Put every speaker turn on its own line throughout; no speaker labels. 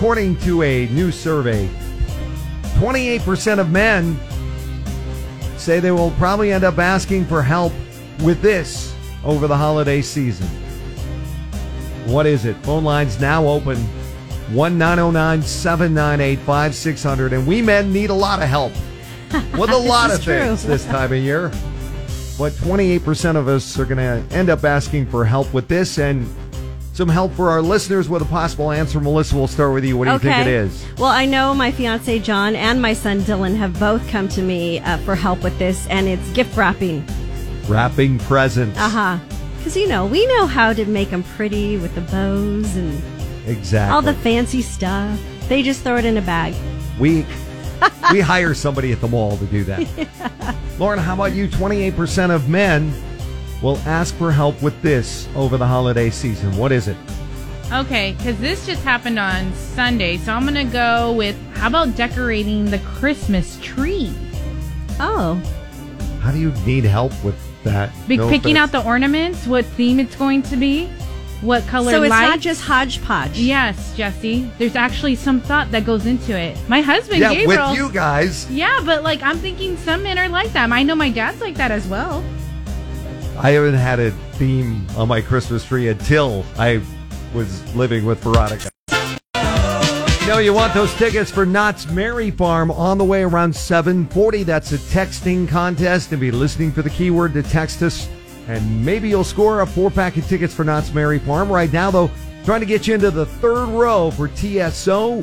According to a new survey, 28% of men say they will probably end up asking for help with this over the holiday season. What is it? Phone lines now open oh 1 909 798 5600. And we men need a lot of help with a lot
This
of
is true.
things this time of year. But 28% of us are going to end up asking for help with this and some help for our listeners with a possible answer. Melissa, we'll start with you. What do you
okay.
think it is?
Well, I know my fiance John and my son Dylan have both come to me uh, for help with this, and it's gift wrapping.
Wrapping presents.
Uh huh. Because, you know, we know how to make them pretty with the bows and
Exactly.
all the fancy stuff. They just throw it in a bag.
We we hire somebody at the mall to do that. Lauren, how about you? Twenty-eight percent of men will ask for help with this over the holiday season. What is it?
Okay, because this just happened on Sunday, so I'm gonna go with how about decorating the Christmas tree?
Oh,
How do you need help with that?
Be-
No
picking out
offense.
the ornaments, what theme it's going to be, what color
so it's
lights.
not just hodgepodge.
yes, Jesse. There's actually some thought that goes into it. My husband
yeah
Gabriel.
with you guys.
Yeah, but like I'm thinking some men are like that. I know my dad's like that as well.
I haven't had a theme on my Christmas tree until I was living with Veronica. You know, you want those tickets for Knott's Merry Farm on the way around 740. That's a texting contest. And be listening for the keyword to text us. And maybe you'll score a four pack of tickets for Knott's Merry Farm. Right now, though, trying to get you into the third row for TSO.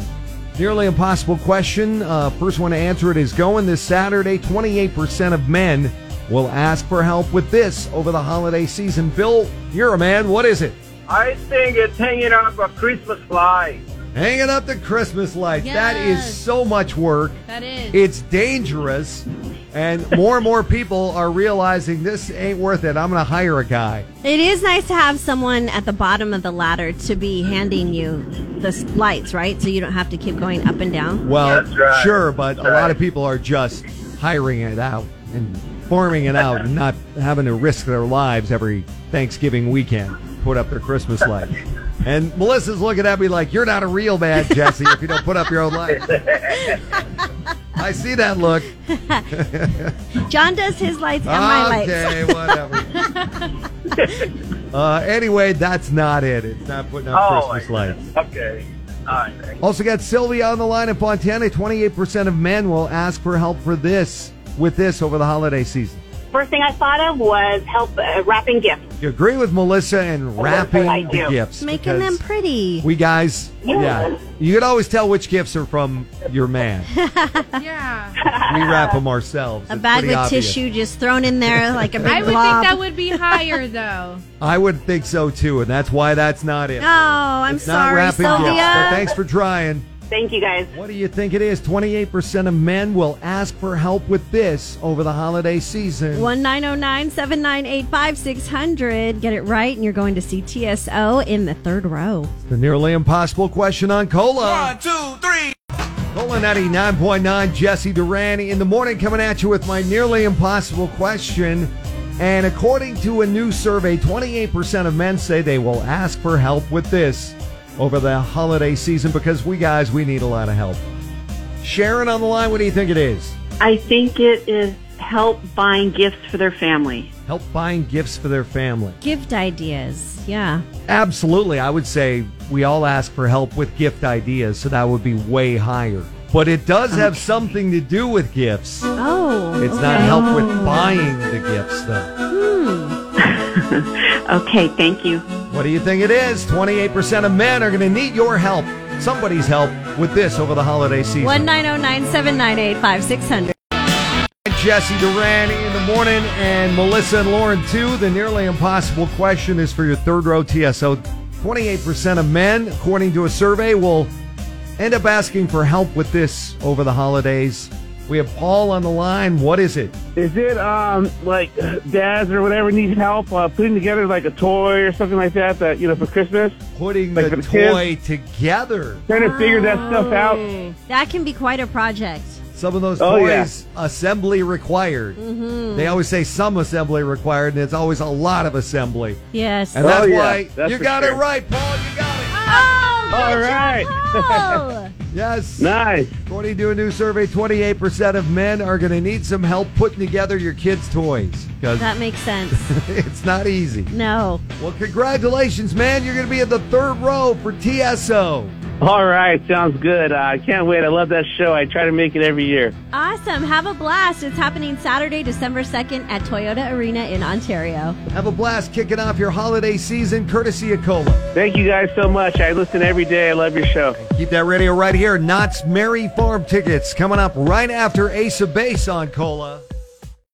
Nearly impossible question. Uh, first one to answer it is going this Saturday. 28% of men will ask for help with this over the holiday season. Bill, you're a man. What is it?
I think it's hanging up a Christmas light.
Hanging up the Christmas lights. That is
Yes.
so much work.
That is.
It's dangerous. And more and more people are realizing this ain't worth it. I'm going to hire a guy.
It is nice to have someone at the bottom of the ladder to be handing you the s- lights, right? So you don't have to keep going up and down.
Well,
That's right.
sure, but a
That's
lot of
right.
people are just hiring it out and farming it out and not having to risk their lives every Thanksgiving weekend to put up their Christmas lights. And Melissa's looking at me like, you're not a real man, Jesse, if you don't put up your own lights. I see that look.
John does his lights and my lights.
Ah, okay, whatever. uh, anyway, that's not it. It's not putting up
Oh,
Christmas
Oh, I-
lights.
Okay. All right. thank you.
Also got Sylvia on the line in Fontana. 28% of men will ask for help for this, with this over the holiday season.
First thing I thought of was help uh, wrapping gifts.
You agree with Melissa and wrapping
I
the
do.
gifts.
Making them
because
pretty.
We guys,
Yeah.
yeah. You can always tell which gifts are from your man. we
yeah.
wrap them ourselves.
a
It's
bag
pretty
with
obvious.
tissue just thrown in there like a big
I would
blob.
think that would be higher though.
I would think so too, and that's why that's not it.
Oh, I'm
it's not
sorry,
wrapping
Sylvia.
gifts. But thanks for trying.
Thank you guys.
What do you think it is? 28% of men will ask for help with this over the holiday season.
One nine zero nine seven nine eight five six hundred. Get it right, and you're going to see TSO in the third row.
The nearly impossible question on Cola.
One, two, three.
Cola 99.9, Jesse Duran in the morning coming at you with my nearly impossible question. And according to a new survey, 28% of men say they will ask for help with this over the holiday season because we guys, we need a lot of help. Sharon on the line, what do you think it is?
I think it is help buying gifts for their family.
Help buying gifts for their family.
Gift ideas, yeah.
Absolutely. I would say we all ask for help with gift ideas, so that would be way higher. But it does have something to do with gifts.
Oh,
It's not help with buying the gifts, though.
Okay, thank you.
What do you think it is? 28% of men are going to need your help, somebody's help, with this over the holiday season.
one nine zero nine seven nine eight five six hundred.
Jesse Duran in the morning and Melissa and Lauren too. The nearly impossible question is for your third row TSO. 28% of men, according to a survey, will end up asking for help with this over the holidays. We have Paul on the line. What is it?
Is it um like dads or whatever need help uh, putting together like a toy or something like that that you know for Christmas?
Putting the
Like for the kids?
toy together.
Trying to figure that stuff out.
That can be quite a project.
Some of those
Oh, yeah.
toys, assembly required. They always say some assembly required, and it's always a lot of assembly.
Yes.
And that's
Oh, yeah.
why
That's
you
for
got it
sure.
right, Paul. You got it.
oh,
All right.
Oh,
Yes.
Nice.
According to a new survey, 28% of men are going to need some help putting together your kids' toys because
that makes sense.
it's not easy.
No.
Well, congratulations, man. You're going to be in the third row for TSO.
All right. Sounds good. Uh, I can't wait. I love that show. I try to make it every year.
Awesome. Have a blast. It's happening Saturday, December 2nd at Toyota Arena in Ontario.
Have a blast kicking off your holiday season courtesy of Cola.
Thank you guys so much. I listen every day. I love your show.
Keep that radio right here. Knott's Merry Farm tickets coming up right after Ace of Base on Cola.